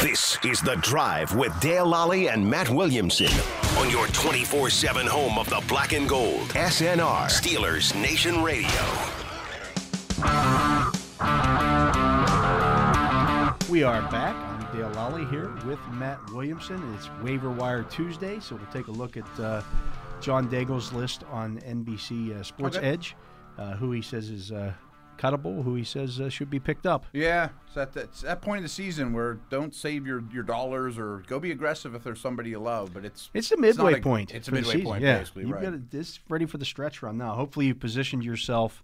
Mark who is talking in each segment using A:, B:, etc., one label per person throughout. A: This is The Drive with Dale Lally and Matt Williamson on your 24 7 home of the black and gold. SNR, Steelers Nation Radio.
B: We are back. I'm Dale Lally here with Matt Williamson. It's Waiver Wire Tuesday, so we'll take a look at uh, John Daigle's list on NBC uh, Sports
C: Okay.
B: Edge, uh, who he says is uh, cuttable, who he says uh, should be picked up.
C: Yeah, it's at that, it's that point of the season where don't save your, your dollars or go be aggressive if there's somebody you love. But it's
B: It's a
C: not
B: midway
C: a-
B: point.
C: It's a
B: for the
C: midway
B: season.
C: point,
B: yeah.
C: basically.
B: You've
C: right.
B: got this ready for the stretch run now. Hopefully, you positioned yourself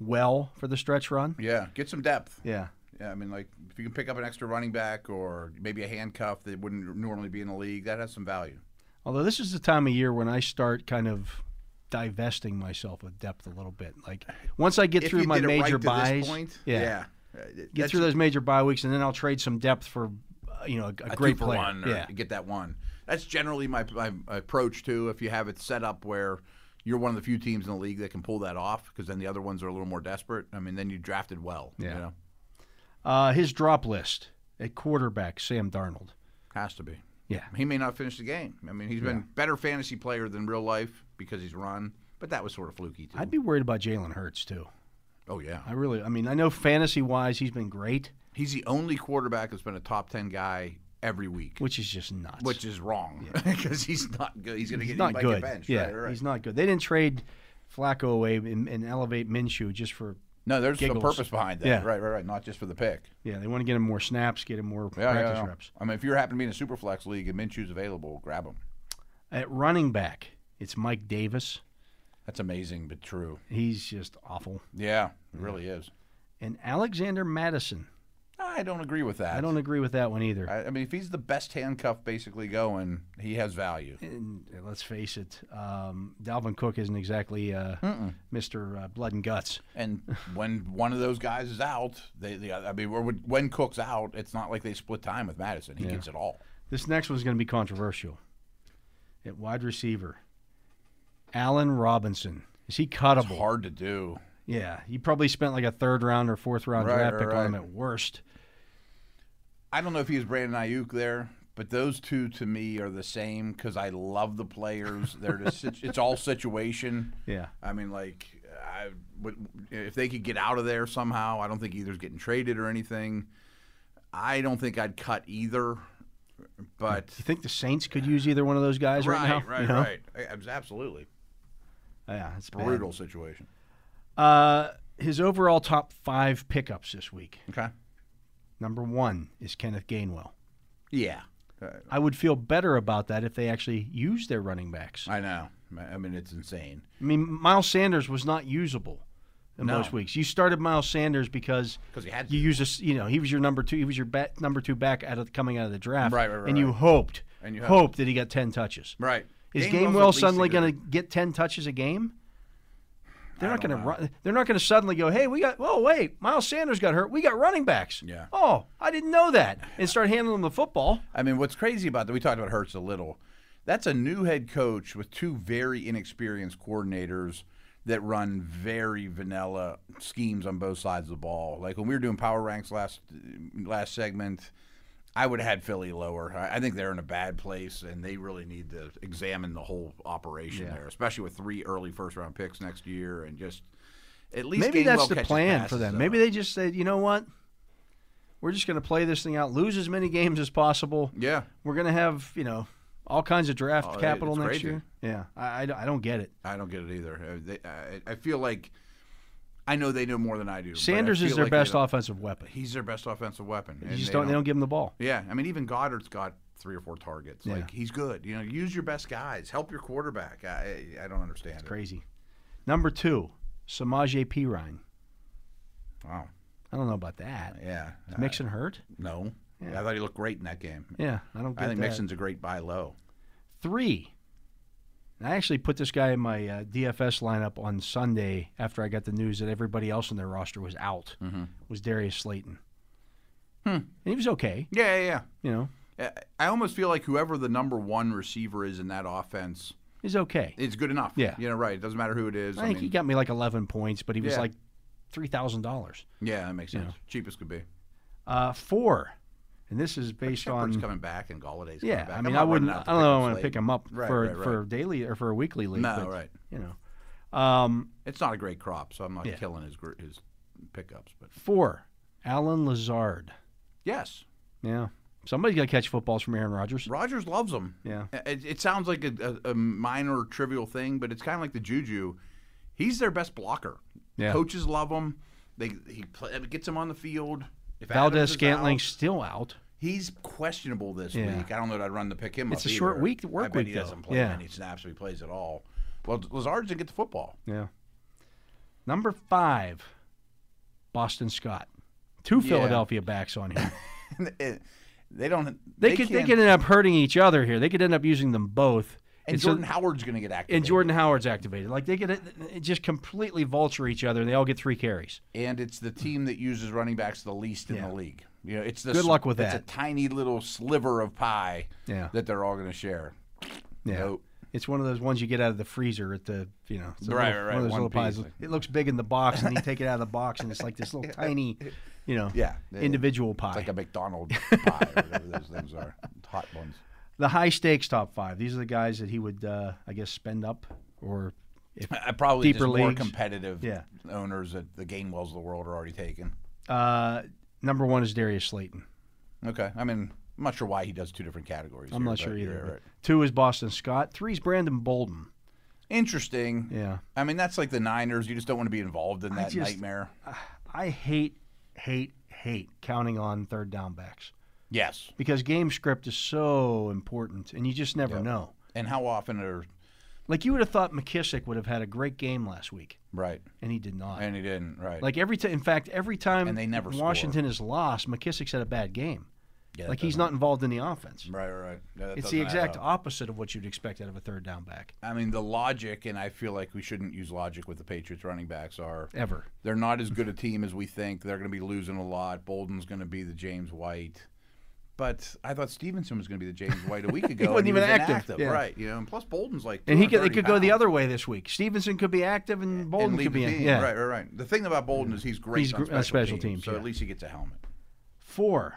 B: well for the stretch run.
C: yeah, get some depth.
B: Yeah.
C: Yeah, I mean, like if you can pick up an extra running back or maybe a handcuff that wouldn't normally be in the league, that has some value.
B: Although this is the time of year when I start kind of divesting myself of depth a little bit. Like once I get
C: If
B: through
C: you
B: my
C: did it right
B: major
C: to this
B: buys,
C: point,
B: yeah,
C: yeah, uh,
B: get
C: that's
B: through those major buy weeks, and then I'll trade some depth for uh, you know a, a
C: a
B: great
C: two for
B: player.
C: one or
B: yeah,
C: to get that one. That's generally my, my approach too. If you have it set up where you're one of the few teams in the league that can pull that off, because then the other ones are a little more desperate. I mean, then you drafted well.
B: Yeah.
C: you know?
B: uh, his drop list at quarterback, Sam Darnold.
C: has to be.
B: Yeah,
C: He may not finish the game. I mean, he's been better fantasy player than real life because he's run, but that was sort of fluky too.
B: I'd be worried about Jalen Hurts too.
C: oh yeah,
B: I really, I mean, I know fantasy wise he's been great,
C: he's the only quarterback that's been a top ten guy every week,
B: which is just nuts.
C: which is wrong because he's not good. He's going to
B: he's
C: get
B: not
C: eaten by
B: good.
C: the bench.
B: yeah,
C: right, right.
B: he's not good. They didn't trade Flacco away and, and elevate Minshew just for
C: no, there's
B: giggles.
C: a purpose behind that.
B: Yeah.
C: Right, right, right. Not just for the pick.
B: Yeah, they want to get him more snaps, get him more
C: Yeah,
B: practice
C: yeah, yeah.
B: reps.
C: I mean, if you happen to be in a super flex league and Minshew's available, grab him.
B: At running back, it's Mike Davis.
C: That's amazing, but true.
B: He's just awful.
C: Yeah, it really is.
B: And Alexander Madison.
C: I don't agree with that.
B: I don't agree with that one either.
C: I, I mean, if he's the best handcuff basically going, he has value.
B: and uh, let's face it, um, Dalvin Cook isn't exactly uh, Mr. Uh, blood and guts.
C: And when one of those guys is out, they, the other- I mean, or when- when Cook's out, it's not like they split time with Madison. He gets it all.
B: This next one's going to be controversial. At wide receiver, Allen Robinson. Is he cuttable?
C: Hard to do.
B: Yeah, he probably spent like a third round or fourth round
C: Right,
B: draft pick
C: right,
B: on him
C: right.
B: at worst.
C: I don't know if he was Brandon Ayuk there, but those two to me are the same because I love the players. They're just situ- it's all situation.
B: Yeah.
C: I mean, like, I would, if they could get out of there somehow, I don't think either's getting traded or anything. I don't think I'd cut either, but
B: You think the Saints could use either one of those guys right,
C: right,
B: now?
C: right,
B: You know?
C: right. I- abs- Absolutely
B: Oh, Yeah, it's bad.
C: brutal situation.
B: Uh, his overall top five pickups this week.
C: Okay.
B: Number one is Kenneth Gainwell.
C: Yeah, Uh,
B: I would feel better about that if they actually used their running backs. I
C: I know. I- I mean, it's insane.
B: mean, Miles Sanders was not usable in
C: No.
B: most weeks. You started Miles Sanders because
C: 'Cause he had
B: you
C: to.
B: used a s- you know he was your number two he was your back, number two back out of coming out of the draft
C: Right, right, right,
B: and you
C: right.
B: hoped
C: And you
B: hoped that he got ten touches.
C: Right.
B: Is
C: Gainwell's at
B: Gamewell
C: least
B: suddenly
C: a
B: going
C: good-
B: to get ten touches a game? They're not going to run. They're not going to suddenly go. Hey, we got. Whoa, wait. Miles Sanders got hurt. We got running backs.
C: Yeah.
B: Oh, I didn't know that. And start handling the football.
C: I mean, what's crazy about that? We talked about Hurts a little. That's a new head coach with two very inexperienced coordinators that run very vanilla schemes on both sides of the ball. Like when we were doing power ranks last last segment, I would have had Philly lower. I I think they're in a bad place, and they really need to examine the whole operation there, especially with three early first round picks next year, and just at least
B: Maybe
C: Gainwell
B: that's the
C: catches
B: plan for
C: passes,
B: them.
C: though.
B: Maybe they just said, you know what? We're just going to play this thing out. Lose as many games as possible.
C: yeah.
B: We're going to have you know all kinds of draft
C: Oh, it-
B: capital
C: it's
B: next
C: crazy.
B: year. Yeah. I, I, I don't get it.
C: I don't get it either. Uh, they- I, I feel like I know they know more than I do. but I
B: Sanders is
C: feel
B: their
C: like they
B: best
C: don't-
B: offensive weapon.
C: He's their best offensive weapon.
B: You
C: and
B: just don't. They don't give him the ball.
C: Yeah, I mean, even Goddard's got three or four targets. Like he's good. You know, use your best guys. Help your quarterback. I, I don't understand it.
B: Crazy. Number two, Samaje Perine.
C: Wow.
B: I don't know about that.
C: Yeah.
B: Is
C: Uh,
B: Mixon hurt?
C: no. I thought he looked great in that game.
B: Yeah, I don't get
C: I think
B: that.
C: Mixon's a great buy low.
B: Three. And I actually put this guy in my uh, DFS lineup on Sunday after I got the news that everybody else in their roster was out.
C: Mm-hmm.
B: Was Darius Slayton? Hmm. And he was okay.
C: Yeah, yeah,
B: You know,
C: yeah. I I almost feel like whoever the number one receiver is in that offense
B: he's okay.
C: is good enough.
B: Yeah.
C: You know, right. It doesn't matter who it is.
B: I think
C: mean,
B: he got me like 11 points, but he was
C: Yeah.
B: like three thousand dollars.
C: yeah, that makes sense. Cheapest could be.
B: Uh, four, And this is based
C: Shepard's
B: on
C: coming back and Galladay's
B: yeah.
C: coming back.
B: I
C: I'm
B: mean,
C: not
B: I wouldn't.
C: running
B: I
C: out to
B: don't
C: pick
B: know.
C: up
B: I want to pick
C: Slayton.
B: him up
C: Right,
B: for
C: right, right.
B: for a daily or for a weekly league.
C: No,
B: but,
C: right.
B: You know, um,
C: It's not a great crop, so I'm not
B: Yeah.
C: killing his gr- his pickups. But
B: four, Alan Lazard.
C: yes,
B: Yeah, somebody's got to catch footballs from Aaron Rodgers.
C: Rogers loves him.
B: Yeah.
C: It, it sounds like a, a, a minor trivial thing, but it's kind of like the Juju. He's their best blocker.
B: Yeah.
C: Coaches love him. They he play, gets him on the field. If Adams
B: Valdez
C: is
B: Scantling's
C: out,
B: still out.
C: he's questionable this
B: Yeah.
C: week. I don't know that I'd run the pick him
B: It's
C: up.
B: a short
C: either.
B: week- work
C: I bet
B: week,
C: he
B: though.
C: doesn't play
B: Yeah.
C: any snaps if he plays at all. Well, Lazard didn't get the football.
B: Yeah. Number five, Boston Scott. Two
C: Yeah.
B: Philadelphia backs on here.
C: they don't.
B: They, could they
C: can't-
B: could end up hurting each other here. They could end up using them both.
C: And
B: It's a-
C: Jordan Howard's going to get active.
B: and Jordan Howard's activated. Like they could uh, just completely vulture each other, and they all get three carries.
C: and it's the team that uses running backs the least in
B: Yeah.
C: the league. You know, it's the
B: Good
C: sl-
B: luck with
C: it's
B: that.
C: a tiny little sliver of pie
B: Yeah.
C: that they're all going to share.
B: Yeah.
C: Nope.
B: It's one of those ones you get out of the freezer at the you know it's a
C: Right,
B: little-
C: right, right,
B: one of those
C: one
B: little pies.
C: piece.
B: It looks big in the box, and you take it out of the box, and it's like this little tiny, you know,
C: Yeah, yeah, yeah.
B: individual pie.
C: It's like a McDonald's pie, or whatever those things are, hot ones.
B: the high stakes top five. These are the guys that he would, uh, I guess, spend up or if
C: I Uh, probably
B: Deeper
C: just more
B: leagues.
C: competitive
B: Yeah.
C: owners that the Gainwells of the world are already taking.
B: Uh, number one is Darius Slayton.
C: Okay, I mean, I'm not sure why he does two different categories.
B: I'm
C: here,
B: not
C: but
B: sure either.
C: you're
B: but
C: right.
B: Two is Boston Scott. Three is Brandon Bolden.
C: Interesting.
B: Yeah,
C: I mean, that's like the Niners. You just don't want to be involved in that
B: just-
C: nightmare.
B: I hate, hate, hate counting on third down backs
C: Yes.
B: because game script is so important, and you just never know.
C: And how often are
B: Like you would have thought McKissick would have had a great game last week,
C: right?
B: and he did not.
C: And he didn't. Right.
B: like every time, in fact, every time
C: And they never score.
B: Washington is lost, McKissick's had a bad game.
C: Yeah,
B: like
C: that
B: he's
C: doesn't-
B: not involved in the offense.
C: Right, right, right. No, that
B: It's the
C: doesn't add
B: exact
C: up.
B: opposite of what you'd expect out of a third down back
C: I mean, the logic, and I feel like we shouldn't use logic with the Patriots running backs. Are
B: ever.
C: they're not as good a team as we think? They're going to be losing a lot. Bolden's going to be the James White, but I thought Stevenson was going to be the James White a week ago. and
B: wasn't even
C: was
B: active,
C: inactive,
B: yeah.
C: right? You know, and plus Bolden's like
B: And he could, it
C: 230
B: could go the
C: pounds
B: other way this week. Stevenson could be active, and
C: and
B: Bolden
C: leave
B: could be
C: the
B: in.
C: team.
B: Yeah.
C: Right, right, right. The thing about Bolden is he's great
B: He's
C: on
B: gr-
C: special,
B: on special teams,
C: teams, so
B: yeah.
C: at least he gets a helmet.
B: Four,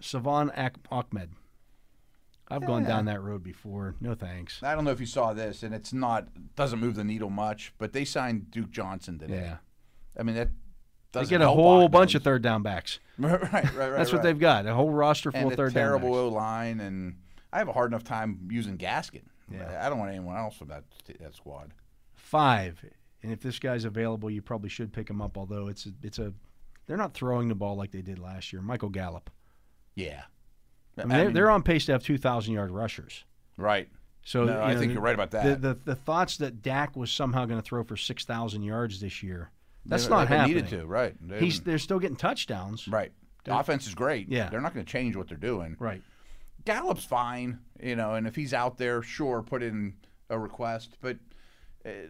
B: Savon Ak- Ahmed. I've gone down that road before. No thanks.
C: I don't know if you saw this, and it's not doesn't move the needle much, but they signed Duke Johnson today.
B: Yeah.
C: I mean that.
B: They
C: doesn't
B: get a
C: help
B: whole
C: Ogden.
B: bunch of third down backs.
C: right, right, right.
B: That's what
C: right.
B: they've got. A whole roster full
C: and
B: of
C: a
B: third down
C: terrible
B: backs.
C: O line, and I have a hard enough time using Gaskin.
B: Yeah.
C: I don't want anyone else from that that squad.
B: Five, and if this guy's available, you probably should pick him up. Although it's a, it's a, they're not throwing the ball like they did last year. Michael Gallup.
C: Yeah,
B: I mean, they're, they're on pace to have two thousand yard rushers.
C: right.
B: So
C: No,
B: you
C: I
B: know,
C: think
B: the-
C: you're right about
B: The,
C: that.
B: the the thoughts that Dak was somehow going to throw for six thousand yards this year. That's
C: They-
B: not
C: they
B: happening.
C: Needed to, right? They
B: He's
C: haven't-
B: they're still getting touchdowns.
C: right. The offense is great.
B: Yeah.
C: they're not going to change what they're doing.
B: Right.
C: Gallup's fine, you know, and if he's out there, sure, put in a request. But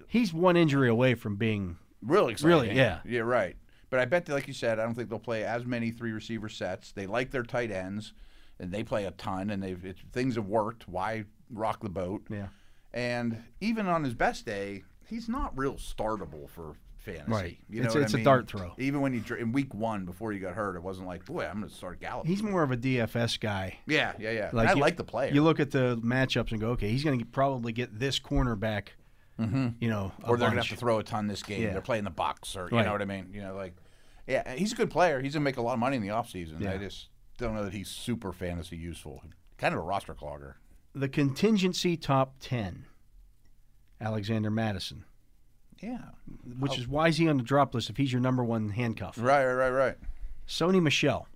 B: He's one injury away from being
C: really, exciting.
B: Really, yeah.
C: yeah, right. But I bet, that, like you said, I don't think they'll play as many three receiver sets. They like their tight ends, and they play a ton, and they've it, things have worked. Why rock the boat?
B: yeah.
C: And even on his best day, he's not real startable for fantasy.
B: Right.
C: You know
B: It's-
C: what
B: it's a
C: I mean?
B: dart throw.
C: Even when you dr- in week one before you got hurt, it wasn't like, boy, I'm going to start Gallup.
B: He's more of a DFS guy.
C: yeah, yeah, yeah.
B: Like
C: I
B: you-
C: like the player.
B: You look at the matchups and go, okay, he's going to probably get this cornerback. You know, a
C: Mm-hmm. or they're going to
B: bunch.
C: have to throw a ton this game.
B: Yeah.
C: They're playing the box, or you
B: Right.
C: know what I mean. You know, like, yeah, he's a good player. He's going to make a lot of money in the offseason.
B: Yeah.
C: I just don't know that he's super fantasy useful. Kind of a roster clogger.
B: the contingency top ten. Alexander Madison,
C: Yeah.
B: which is why is he on the drop list if he's your number one handcuff?
C: Right, right, right, right.
B: Sony Michelle.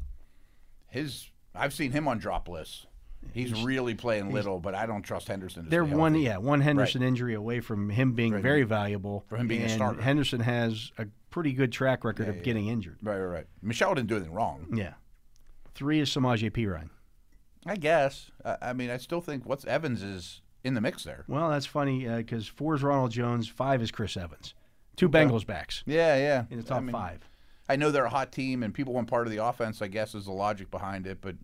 C: His, I've seen him on drop lists. He's, really playing little, but I don't trust Henderson. To
B: They're
C: stay
B: one, e
C: healthy.
B: yeah, one Henderson injury away from him being very valuable.
C: From him being a
B: and
C: starter.
B: Henderson has a pretty good track record of getting injured.
C: Right, right, right. Michelle didn't do anything wrong.
B: Yeah. Three is Samaje Perine.
C: I guess. I, I mean, I still think what's Evans is in the mix there.
B: Well, that's funny because four is Ronald Jones, five is Chris Evans. Two Bengals backs
C: Yeah, yeah.
B: in the top
C: I mean,
B: five.
C: I know they're a hot team, and people want part of the offense. I guess is the logic behind it, but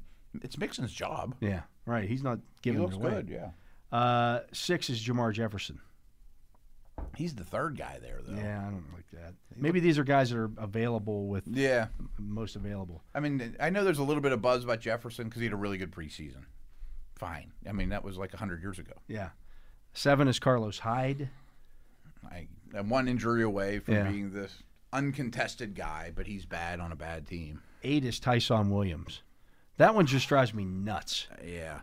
C: it's Mixon's job.
B: Yeah, right. He's not
C: He
B: giving
C: looks
B: it away.
C: good. Yeah.
B: Uh, six is Jamar Jefferson.
C: He's the third guy there, though.
B: Yeah, I don't like that. Maybe these are guys that are available with
C: Yeah.
B: most available.
C: I mean, I know there's a little bit of buzz about Jefferson because he had a really good preseason. Fine. I mean, that was like 100 years ago.
B: Yeah. Seven is Carlos Hyde.
C: I, I'm one injury away from
B: Yeah.
C: being this uncontested guy, but he's bad on a bad team.
B: Eight is Tyson Williams. That one just drives me nuts.
C: Yeah.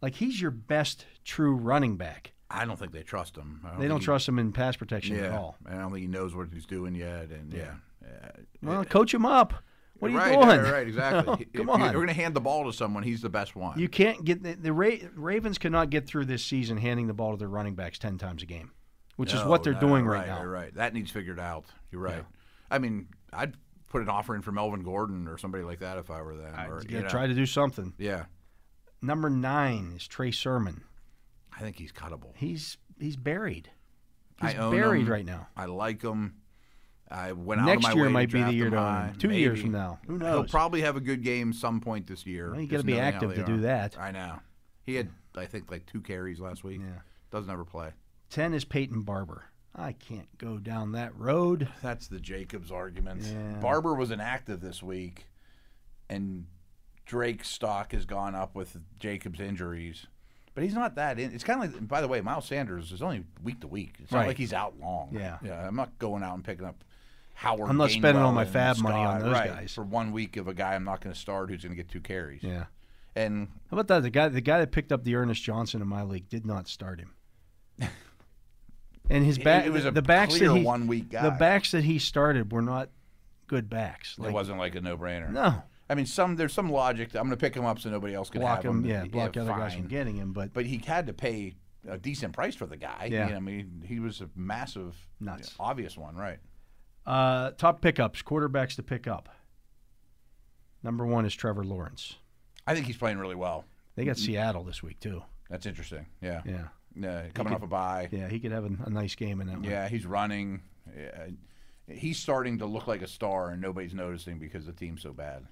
B: Like he's your best true running back.
C: I don't think they trust him. I
B: They
C: think
B: don't
C: Oh, he-
B: trust him in pass protection
C: yeah,
B: at all.
C: I don't think he knows what he's doing yet. And yeah. yeah.
B: Well, coach him up. What are you
C: right,
B: doing?
C: Right, right, exactly.
B: come
C: If you-
B: on.
C: We're going to hand the ball to someone. He's the best one.
B: You can't get the, the Ra- Ravens cannot get through this season handing the ball to their running backs ten times a game, which is
C: No,
B: what they're
C: no,
B: doing right,
C: right
B: now.
C: Right, right. That needs figured out. You're right. I mean, I'd put an offer in for Melvin Gordon or somebody like that if I were them. or,
B: Yeah,
C: you know.
B: try to do something.
C: yeah.
B: Number nine is Trey Sermon.
C: I think he's cuttable.
B: He's he's buried. He's
C: I own
B: buried
C: him.
B: right now.
C: I like him. I went out of
B: Next
C: my
B: year
C: way
B: might
C: to
B: be the
C: draft
B: year
C: him
B: to own
C: high.
B: him. Two years
C: Maybe.
B: from now. Who
C: He'll
B: knows?
C: probably have a good game some point this year.
B: Well, you
C: just
B: gotta be
C: knowing how
B: active
C: they
B: to do
C: are.
B: that.
C: I know. He had, I think, like two carries last week.
B: Yeah.
C: Doesn't ever play.
B: Ten is Peyton Barber. I can't go down that road.
C: That's the Jacobs argument.
B: Yeah.
C: Barber was inactive this week, and Drake's stock has gone up with Jacobs' injuries. But he's not that in. It's kind of like, by the way, Miles Sanders is only week to week. It's
B: Right.
C: not like he's out long.
B: Yeah.
C: yeah. I'm not going out and picking up Howard.
B: I'm not spending
C: Gainwell
B: all my
C: and
B: fab money on
C: Scott,
B: those
C: right,
B: guys.
C: for one week of a guy I'm not going to start who's going to get two carries.
B: Yeah.
C: And
B: How about that? The guy, the guy that picked up the Ernest Johnson in my league did not start him. And his
C: It-
B: back,
C: it was a
B: the backs
C: clear
B: that he,
C: one-week guy.
B: The backs that he started were not good backs.
C: it
B: Like,
C: wasn't like a no-brainer.
B: no,
C: I mean, some there's some logic. That I'm going to pick him up so nobody else can
B: block
C: have
B: him. Yeah, block other guys
C: fine.
B: from getting him. But
C: but he had to pay a decent price for the guy.
B: Yeah.
C: You know, I mean, he was a massive,
B: Nuts.
C: obvious one, right?
B: uh, top pickups, quarterbacks to pick up. Number one is Trevor Lawrence.
C: I think he's playing really well.
B: They got Seattle this week too.
C: That's interesting. Mm-hmm. Yeah.
B: Yeah,
C: Uh, coming off a bye. Yeah,
B: yeah, he could have a, a nice game in that one.
C: he's running. Yeah. He's starting to look like a star, and nobody's noticing because the team's so bad.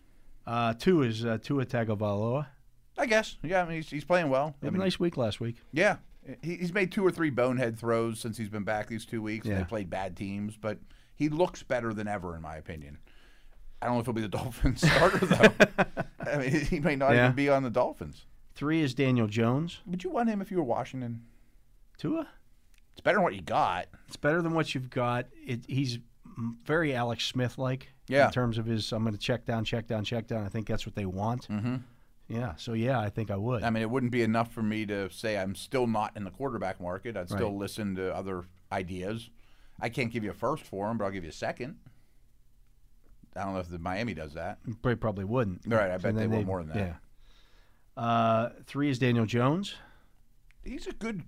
B: Uh, two is uh, Tua Tagovailoa.
C: I guess. Yeah, I mean, he's, he's playing well.
B: He
C: I
B: had
C: mean,
B: a nice week last week.
C: yeah. He, he's made two or three bonehead throws since he's been back these two weeks. and
B: Yeah.
C: They played bad teams, but he looks better than ever, in my opinion. I don't know if he'll be the Dolphins starter, though. I mean, he may not
B: Yeah.
C: even be on the Dolphins.
B: Three is Daniel Jones.
C: Would you want him if you were Washington?
B: Tua.
C: It's better than what you got.
B: It's better than what you've got. It, he's m- very Alex Smith like
C: Yeah.
B: in terms of his. I'm going to check down, check down, check down. I think that's what they want. Mm-hmm. Yeah. So yeah, I think I would.
C: I mean, it wouldn't be enough for me to say I'm still not in the quarterback market. I'd still
B: Right.
C: listen to other ideas. I can't give you a first for him, but I'll give you a second. I don't know if the Miami does that.
B: They probably wouldn't.
C: Right, I bet they
B: then
C: want more than that.
B: Yeah. Uh, three is Daniel Jones,
C: He's a good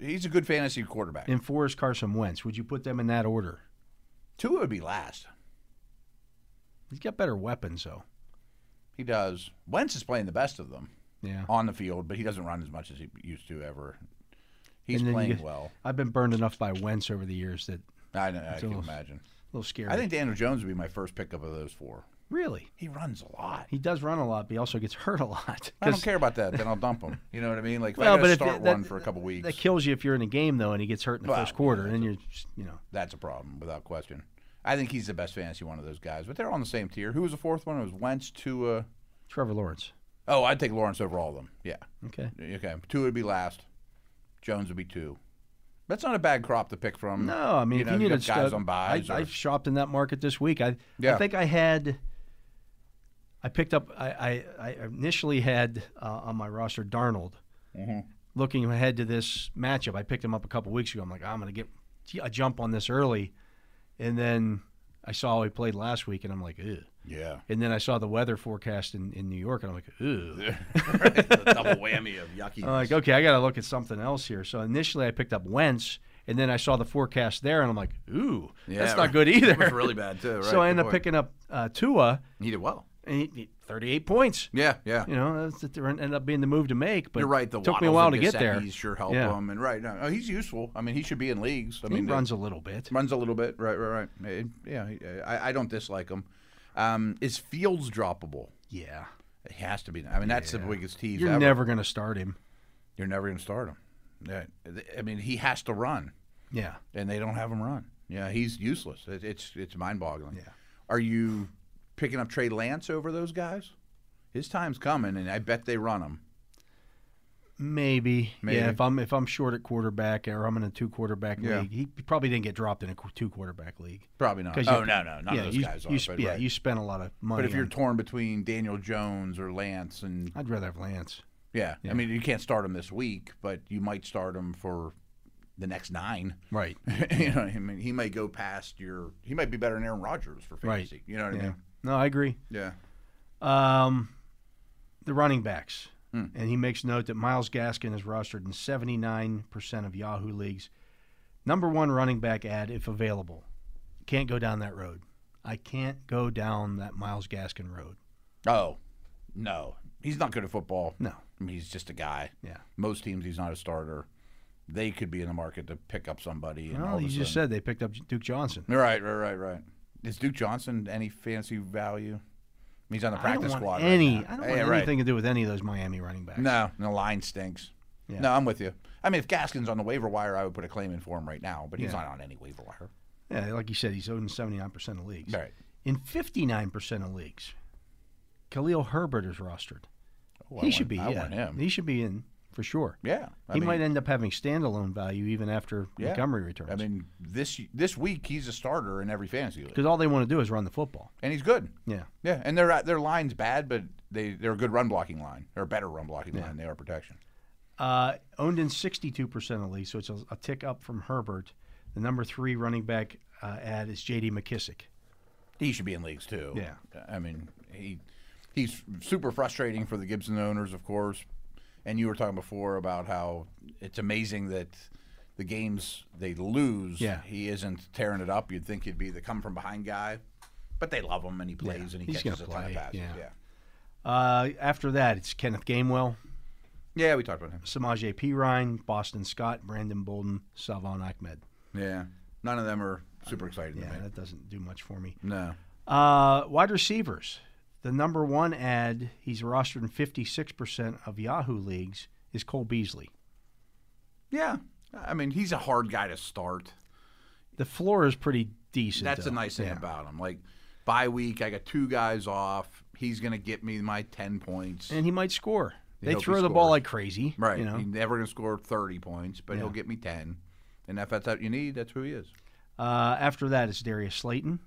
C: he's a good fantasy quarterback.
B: and four is Carson Wentz. Would you put them in that order?
C: Tua would be last.
B: He's got better weapons though.
C: He does. Wentz is playing the best of them
B: Yeah.
C: on the field, but he doesn't run as much as he used to ever. He's
B: And then you
C: playing
B: get-
C: well.
B: I've been burned enough by Wentz over the years that a
C: I know. I can
B: almost-
C: imagine.
B: little scary.
C: I think Daniel Jones would be my first pickup of those four.
B: really.
C: He runs a lot.
B: He does run a lot, but he also gets hurt a lot.
C: I
B: 'Cause-
C: don't care about that. Then I'll dump him. You know what I mean? Like, if
B: Well,
C: I
B: but
C: gotta
B: if
C: start
B: that-
C: one for a couple weeks,
B: That kills you if you're in a game though, and he gets hurt in the
C: Well,
B: first quarter, and then you're, just, you know,
C: that's a problem without question. I think he's the best fantasy one of those guys, but they're on the same tier. Who was the fourth one? It was Wentz, Tua.
B: Trevor Lawrence.
C: Oh, I'd take Lawrence over all of them. Yeah.
B: Okay.
C: Okay. Tua would be last. Jones would be two. That's not a bad crop to pick from.
B: No, I mean,
C: you
B: if
C: know,
B: you
C: you
B: needed
C: got guys
B: stuff-
C: on buys.
B: I,
C: or-
B: I shopped in that market this week. I, I
C: Yeah.
B: think I had, I picked up, I, I, I initially had uh, on my roster Darnold.
C: Mm-hmm.
B: Looking ahead to this matchup, I picked him up a couple weeks ago. I'm like, I'm going to get a jump on this early, and then I saw how he played last week, and I'm like, ugh.
C: yeah.
B: And then I saw the weather forecast in, in New York, and I'm like, ugh.
C: the double whammy of yucky.
B: I'm like, okay, I got to look at something else here. So initially, I picked up Wentz, and then I saw the forecast there, and I'm like, ooh, that's not good either.
C: It was really bad too. Right?
B: so I
C: Good
B: end up
C: point.
B: picking up uh, Tua,
C: He did well.
B: and he, he- 38 points.
C: Yeah, yeah.
B: You know, that's that ended up being the move to make. But
C: You're right. The
B: took me a
C: Waddles
B: while
C: and
B: to get there.
C: Gasecki's sure help
B: Yeah.
C: him. And right, no, no, he's useful. I mean, he should be in leagues. I
B: He
C: mean,
B: runs a little bit.
C: runs a little bit. Right, right, right. Eh, yeah, he- eh, I, I don't dislike him. Um, is Fields droppable?
B: Yeah,
C: It has to be. I mean, that's the biggest tease.
B: you're
C: ever.
B: never going to start him.
C: You're never going to start him. Yeah, th- I mean, he has to run.
B: Yeah.
C: and they don't have him run. Yeah, he's useless. It, it's it's mind boggling.
B: Yeah.
C: Are you picking up Trey Lance over those guys? His time's coming, and I bet they run him.
B: Maybe.
C: Maybe.
B: Yeah, if I'm if I'm short at quarterback or I'm in a two quarterback
C: Yeah.
B: league, he probably didn't get dropped in a two quarterback league.
C: Probably not.
B: 'Cause you-
C: Oh no, no, none
B: yeah,
C: of those
B: you,
C: guys are.
B: you sp-
C: but,
B: yeah,
C: right.
B: you spent a lot of money.
C: but if you're
B: on-
C: torn between Daniel Jones or Lance, and
B: I'd rather have Lance.
C: yeah,
B: Yeah.
C: I mean you can't start him this week, but you might start him for the next nine.
B: Right.
C: you know, I mean, he might go past your. He might be better than Aaron Rodgers for
B: Right.
C: fantasy. You know what I
B: Yeah.
C: mean?
B: No, I agree.
C: Yeah.
B: Um, the running backs. And he makes note that Miles Gaskin is rostered in 79% of Yahoo leagues. Number one running back ad, if available. Can't go down that road. I can't go down that Miles Gaskin road.
C: Oh, no, he's not good at football.
B: No.
C: I mean, he's just a guy.
B: Yeah.
C: Most teams, he's not a starter. They could be in the market to pick up somebody. And all
B: Well,
C: of
B: you
C: a
B: just said
C: sudden-
B: they picked up Duke Johnson.
C: right, right, right, right. Is Duke Johnson any fancy value? He's on the
B: I don't
C: practice
B: want
C: squad. right
B: any.
C: now.
B: I don't
C: Yeah,
B: want
C: right.
B: anything to do with any of those Miami running backs.
C: No, the line stinks.
B: Yeah.
C: No, I'm with you. I mean, if Gaskin's on the waiver wire, I would put a claim in for him right now, but he's not on any waiver wire.
B: Yeah, like you said, he's owned in 79% of leagues.
C: Right.
B: In 59% of leagues, Khalil Herbert is rostered.
C: Oh, I
B: he
C: want-
B: should be.
C: I
B: yeah.
C: want him.
B: He should be in for sure.
C: Yeah. I
B: he
C: mean,
B: might end up having standalone value even after
C: Yeah.
B: Montgomery returns.
C: I mean, this this week he's a starter in every fantasy league,
B: because all they want to do is run the football.
C: and he's good.
B: Yeah.
C: Yeah, and their uh, their line's bad, but they they're a good run blocking line. They're a better run blocking line. They are protection.
B: Uh, owned in 62% of leagues, so it's a, a tick up from Herbert. The number three running back uh, ad is J.D. McKissick.
C: He should be in leagues too.
B: Yeah.
C: I mean he he's super frustrating for the Gibson owners, of course. And you were talking before about how it's amazing that the games they lose,
B: Yeah.
C: he isn't tearing it up. You'd think he'd be the come from behind guy, but they love him and he plays and he
B: he's
C: catches a
B: gonna
C: ton of
B: play,
C: passes.
B: yeah.
C: yeah,
B: Uh, after that, it's Kenneth Gamewell,
C: Yeah, we talked about him.
B: Samaje P. Ryan, Boston Scott, Brandon Bolden, Salvon Ahmed.
C: Yeah, none of them are super exciting
B: Yeah,
C: to me.
B: that doesn't do much for me.
C: No,
B: Uh, wide receivers. The number one ad, he's rostered in 56% of Yahoo leagues, is Cole Beasley.
C: yeah. I mean, he's a hard guy to start.
B: The floor is pretty decent.
C: That's
B: though.
C: the nice thing about him. Like bye week, I got two guys off. He's gonna get me my ten points.
B: and he might score. They
C: hope he
B: throw the ball
C: scores.
B: like crazy,
C: right.
B: You know,
C: He's never gonna score thirty points, but he'll get me ten. And if that's what you need, that's who he is.
B: uh, after that it's Darius Slayton,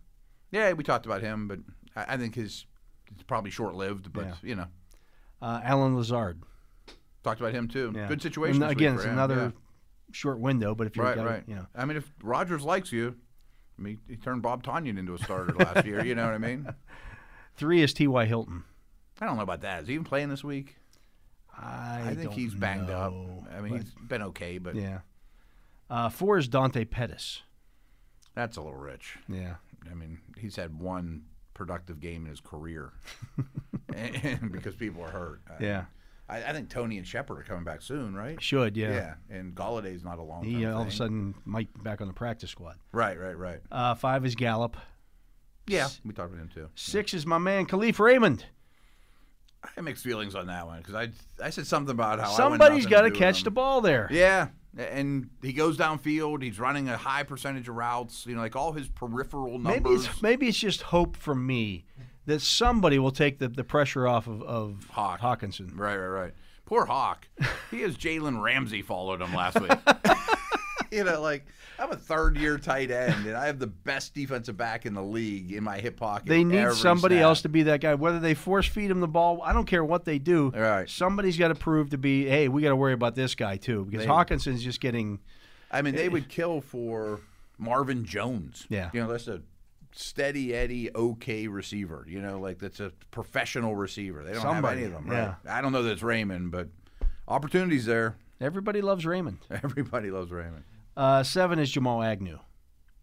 C: Yeah, we talked about him, but I, I think his it's probably short lived, but
B: Yeah.
C: you know.
B: uh, Alan Lazard.
C: Talked about him too.
B: Yeah.
C: Good situation.
B: And
C: this week
B: again,
C: for
B: it's
C: him,
B: another
C: yeah.
B: short window, but if you're
C: Right,
B: got,
C: right.
B: you know,
C: I mean if Rogers likes you, I mean he turned Bob Tanyan into a starter last year, you know what I mean?
B: three is T. Y. Hilton.
C: I don't know about that. Is he even playing this week?
B: I,
C: I, think
B: don't
C: he's banged
B: know,
C: up. I mean, he's been okay, but
B: but- yeah. Uh, four is Dante Pettis.
C: that's a little rich.
B: Yeah,
C: I mean, he's had one productive game in his career and because people are hurt. I-
B: yeah,
C: I, I think Tony and Shepard are coming back soon, right?
B: should yeah.
C: and Galladay's not a long
B: He
C: term
B: uh, all of a
C: thing.
B: sudden might be back on the practice squad.
C: Right, right, right.
B: Uh, five is Gallup.
C: Yeah, we talked about him too.
B: Six is my man Khalif Raymond.
C: I had mixed feelings on that one because I Oh, I said something about how
B: Somebody's
C: got to
B: to catch the
C: him.
B: ball there.
C: Yeah, and he goes downfield. He's running a high percentage of routes. You know, like all his peripheral numbers.
B: Maybe it's maybe it's just hope from me that somebody will take the, the pressure off of, of
C: Hawk.
B: Hawkinson.
C: Right, right, right. Poor Hawk. He has Jalen Ramsey followed him last week. you know, like I'm a third year tight end and I have the best defensive back in the league in my hip pocket.
B: They need
C: every
B: somebody
C: snap.
B: else to be that guy. Whether they force feed him the ball, I don't care what they do.
C: Right.
B: Somebody's got to prove to be, hey, we got to worry about this guy too because Hawkinson's just getting.
C: I mean, they would kill for Marvin Jones.
B: Eh. Yeah.
C: You know, that's a steady Eddie okay receiver. You know, like that's a professional receiver. They don't
B: Somebody,
C: have any of them, right? I don't know that it's Raymond, but opportunities there.
B: Everybody loves Raymond.
C: Everybody loves Raymond.
B: Uh, seven is Jamal Agnew.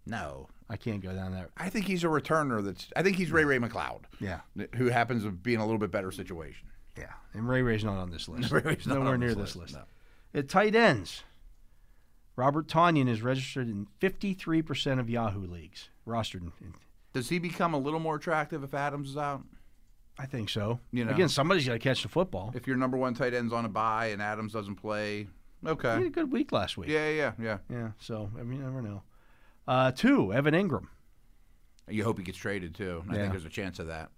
C: No.
B: I can't go down that.
C: I think he's a returner that's I think he's Ray Ray McLeod.
B: Yeah.
C: who happens to be in a little bit better situation.
B: Yeah. And Ray Ray's not on this list.
C: Ray Ray's not
B: Nowhere
C: on
B: near
C: this
B: this list.
C: list,
B: At tight ends, Robert Tanyan is registered in 53% of Yahoo leagues, rostered in- in
C: Does he become a little more attractive if Adams is out?
B: I think so.
C: You know.
B: Again, somebody's got to catch the football.
C: If your number one tight end's on a bye and Adams doesn't play,
B: He had
C: Okay.
B: a good week last week.
C: Yeah, yeah, yeah.
B: Yeah, so I mean, you never know. Uh, two, Evan Ingram.
C: You hope he gets traded too. I
B: Yeah.
C: think there's a chance of that.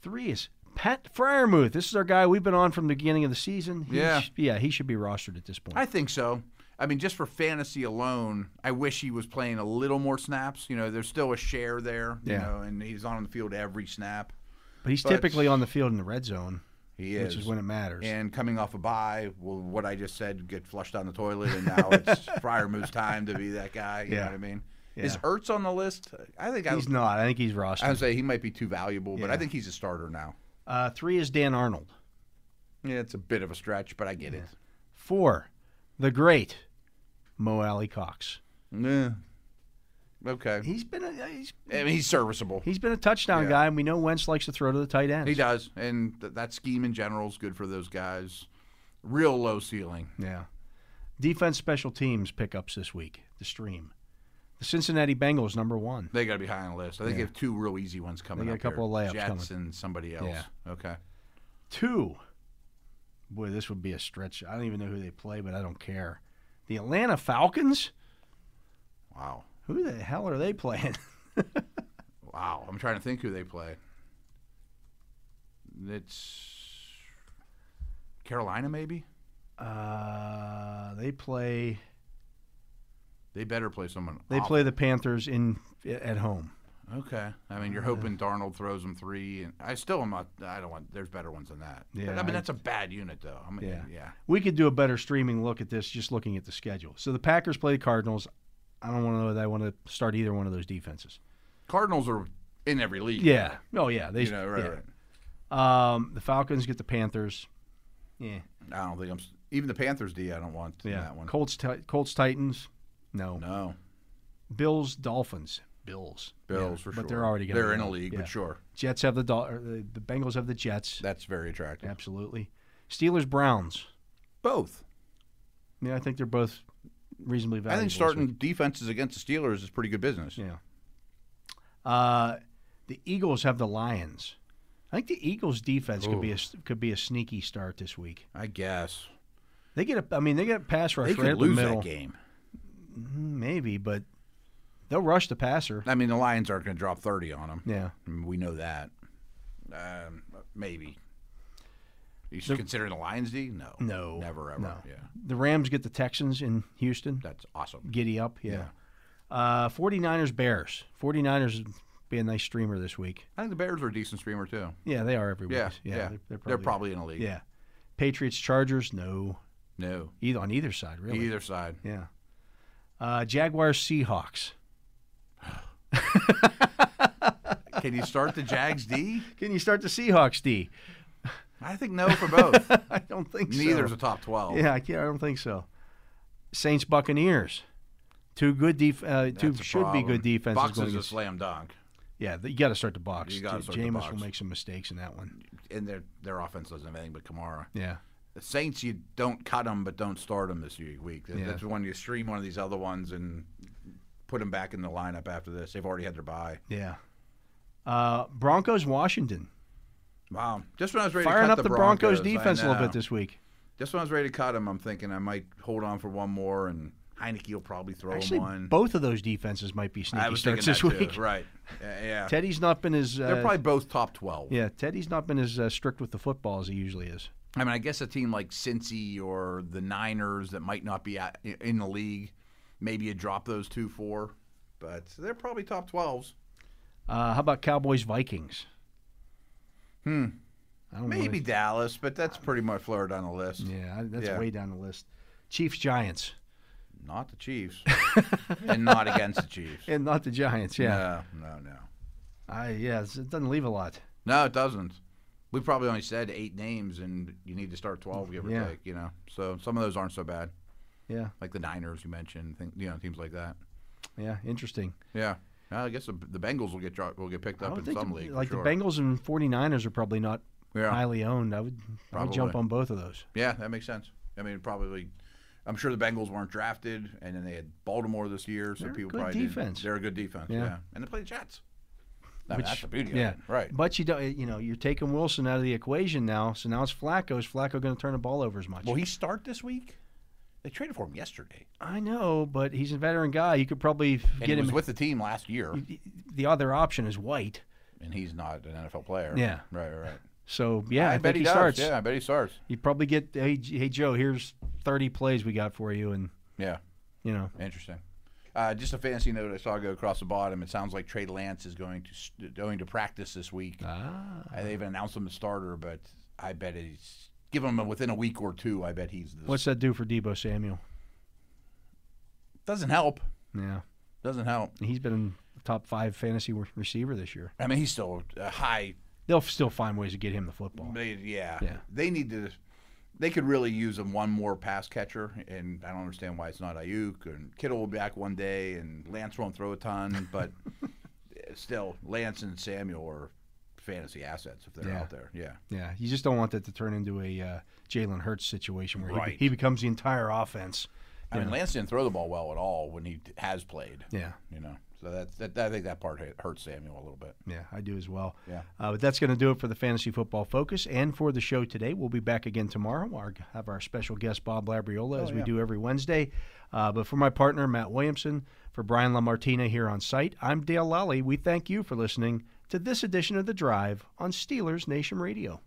B: Three is Pat Fryermuth. This is our guy we've been on from the beginning of the season. He
C: Yeah.
B: sh- yeah, he should be rostered at this point.
C: I think so. I mean, just for fantasy alone, I wish he was playing a little more snaps. You know, there's still a share there. You
B: Yeah.
C: know, and he's on the field every snap.
B: but he's
C: but-
B: typically on the field in the red zone,
C: He
B: which
C: is.
B: is when it matters.
C: and coming off a bye, well, what I just said get flushed down the toilet, and now it's Fryer Moose time to be that guy. You know
B: Yeah.
C: what I mean? Is
B: Yeah.
C: Ertz on the list? I think I,
B: he's not. I think he's rostered.
C: I would say he might be too valuable, but I
B: Yeah.
C: think he's a starter now.
B: uh, three is Dan Arnold.
C: Yeah, it's a bit of a stretch, but I get it.
B: Four, the great Mo Alley Cox.
C: Yeah. Okay.
B: He's been a, he's
C: I mean, he's serviceable.
B: he's been a touchdown
C: Yeah.
B: guy, and we know Wentz likes to throw to the tight ends.
C: He does, and th- that scheme in general is good for those guys. Real low ceiling.
B: Yeah. Defense special teams pickups this week, the stream. The Cincinnati Bengals, number one.
C: They got to be high on the list. I think they have two real easy ones coming.
B: got a
C: up here.
B: couple of layups
C: Jets and somebody else. Okay.
B: Two. Boy, this would be a stretch. I don't even know who they play, but I don't care. The Atlanta Falcons?
C: Wow.
B: Who the hell are they playing?
C: Wow. I'm trying to think who they play. It's Carolina, maybe.
B: Uh, they play
C: They better play someone.
B: they
C: awful.
B: play the Panthers in at home.
C: Okay. I mean, you're hoping Darnold throws them three, and I still am not. I don't want. There's better ones than that.
B: Yeah,
C: But, I mean,
B: I-
C: that's a bad unit, though. I mean,
B: Yeah.
C: yeah.
B: We could do a better streaming look at this just looking at the schedule. So the Packers play the Cardinals. I don't want to know that I want to start either one of those defenses.
C: Cardinals are in every league.
B: Yeah. Oh yeah. They
C: You know, right,
B: yeah.
C: right.
B: Um, the Falcons get the Panthers. Yeah,
C: I don't think I'm. s- Even the Panthers D, I don't want in
B: yeah.
C: that one.
B: Colts, ti- Colts, Titans. No.
C: No,
B: Bills, Dolphins, Bills.
C: Bills
B: Yeah,
C: for sure.
B: But they're already gonna
C: they're
B: be
C: in a
B: out.
C: league,
B: Yeah.
C: but sure,
B: Jets have the, Dol- or the the Bengals have the Jets.
C: that's very attractive.
B: Absolutely. Steelers, Browns.
C: Both.
B: Yeah, I think they're both reasonably
C: I
B: valuable.
C: think
B: this
C: starting
B: week.
C: defenses against the Steelers is pretty good business.
B: Yeah. Uh, the Eagles have the Lions. I think the Eagles' defense could be a s- could be a sneaky start this week.
C: I guess
B: They get a, I mean, they get a pass rush
C: they
B: right
C: could
B: up
C: lose
B: the middle.
C: that game.
B: Maybe, but they'll rush the passer.
C: I mean, the Lions aren't going to drop thirty on them.
B: Yeah.
C: We know that. Um, maybe. You should consider the Lions D? No.
B: No.
C: Never ever.
B: No.
C: Yeah.
B: The Rams get the Texans in Houston.
C: That's awesome.
B: Giddy up. Yeah. Uh, 49ers, Bears. 49ers be a nice streamer this week.
C: I think the Bears are a decent streamer too.
B: Yeah, they are every week.
C: Yeah. Yeah.
B: They're, they're probably,
C: in a league.
B: Yeah. Patriots, Chargers, no.
C: No.
B: Either, on either side, really.
C: Either side.
B: Yeah. Uh, Jaguars, Seahawks.
C: Can you start the Jags D?
B: Can you start the Seahawks D?
C: I think no for both.
B: I don't think so.
C: Neither's a top 12.
B: Yeah, I can't. I don't think so. Saints Buccaneers. Two good def. Uh, two
C: That's a
B: should be
C: problem.
B: good defenses.
C: Box
B: going
C: is a
B: against-
C: slam dunk,
B: yeah, th- you got to start the box.
C: You gotta
B: J-
C: start the
B: Jameis
C: box.
B: will make some mistakes in that one.
C: and their their offense doesn't have anything but Kamara.
B: Yeah,
C: The Saints, you don't cut them, but don't start them this year- week. That-
B: Yeah.
C: That's when you stream one of these other ones and put them back in the lineup after this. They've already had their bye.
B: yeah. Uh, Broncos Washington
C: Wow. Just when I was ready to
B: firing
C: cut
B: up the Broncos,
C: I
B: defense a little
C: know.
B: bit this week.
C: Just when I was ready to cut them, I'm thinking I might hold on for one more, and Heineke will probably throw him
B: Actually,
C: one.
B: both of those defenses might be
C: I
B: sneaky
C: was thinking
B: starts this
C: that
B: week.
C: Too. Right. Yeah. yeah.
B: Teddy's not been as uh,
C: They're probably both top 12.
B: yeah. Teddy's not been as uh, strict with the football as he usually is.
C: I mean, I guess a team like Cincy or the Niners that might not be at, in the league, maybe you drop those two four, but they're probably top twelves.
B: Uh, how about Cowboys Vikings? Hmm. I don't
C: Maybe
B: really-
C: Dallas, but that's pretty much lower down the list.
B: Yeah, I- that's
C: Yeah.
B: way down the list. Chiefs Giants.
C: Not the Chiefs, and not against the Chiefs.
B: And not the Giants, yeah.
C: No, no, no,
B: I yeah, it's- it doesn't leave a lot.
C: no. It doesn't. We probably only said eight names, and you need to start twelve, give or
B: Yeah.
C: take. You know, so some of those aren't so bad,
B: Yeah,
C: like the Niners you mentioned, things, you know, teams like that.
B: yeah, interesting.
C: Yeah, I guess the, the Bengals will get dro- will get picked
B: I
C: up
B: would
C: in
B: think
C: some
B: the-
C: league. for
B: like
C: sure.
B: the Bengals and 49ers are probably not
C: Yeah.
B: highly owned. I would, I would jump
C: Probably.
B: on both of those.
C: Yeah, that makes sense. I mean, probably. I'm sure the Bengals weren't drafted, and then they had Baltimore this year, so
B: They're a
C: people
B: good
C: probably didn't-
B: defense.
C: They're a good defense, yeah.
B: Yeah.
C: And they play the Jets. I mean,
B: Which-
C: that's the beauty
B: yeah,
C: of it, right?
B: But you don't, you know, you're taking Wilson out of the equation now, so now it's Flacco. Is Flacco going to turn the ball over as much?
C: Will he start this week? They traded for him yesterday,
B: I know, but he's a veteran guy. You could probably
C: and
B: get
C: he was
B: him.
C: with the team last year,
B: the other option is White.
C: and he's not an NFL player.
B: Yeah.
C: right, right. right.
B: So yeah, I,
C: I,
B: think
C: bet he,
B: he,
C: does.
B: starts.
C: Yeah, I bet he starts.
B: You probably get hey, J- hey Joe, here's 30 plays we got for you, and
C: Yeah,
B: you know
C: interesting. Uh, just a fancy note I saw go across the bottom. It sounds like Trey Lance is going to st- going to practice this week.
B: ah.
C: I, they even announced him a starter, but I bet he's give him a, within a week or two. I bet he's this.
B: what's that do for Debo Samuel?
C: doesn't help.
B: Yeah,
C: Doesn't help.
B: he's been a top five fantasy re- receiver this year.
C: I mean, he's still a high
B: They'll still find ways to get him the football.
C: They, yeah.
B: Yeah.
C: They need to. They could really use him one more pass catcher, and I don't understand why it's not Ayuk and Kittle will be back one day, and Lance won't throw a ton, but still, Lance and Samuel are fantasy assets if they're
B: Yeah.
C: out there. Yeah.
B: Yeah, you just don't want that to turn into a uh, Jalen Hurts situation where he, be-
C: Right.
B: he becomes the entire offense.
C: I mean, Lance didn't throw the ball well at all when he has played.
B: Yeah,
C: You know, so that's that. I think that part hurt- hurts Samuel a little bit.
B: yeah, I do as well.
C: Yeah.
B: Uh, but that's going to do it for the Fantasy Football Focus and for the show today. We'll be back again tomorrow. Our, have our special guest, Bob Labriola, as we do every Wednesday. Uh, but for my partner, Matt Williamson, for Brian LaMartina here on site, I'm Dale Lally. We thank you for listening to this edition of The Drive on Steelers Nation Radio.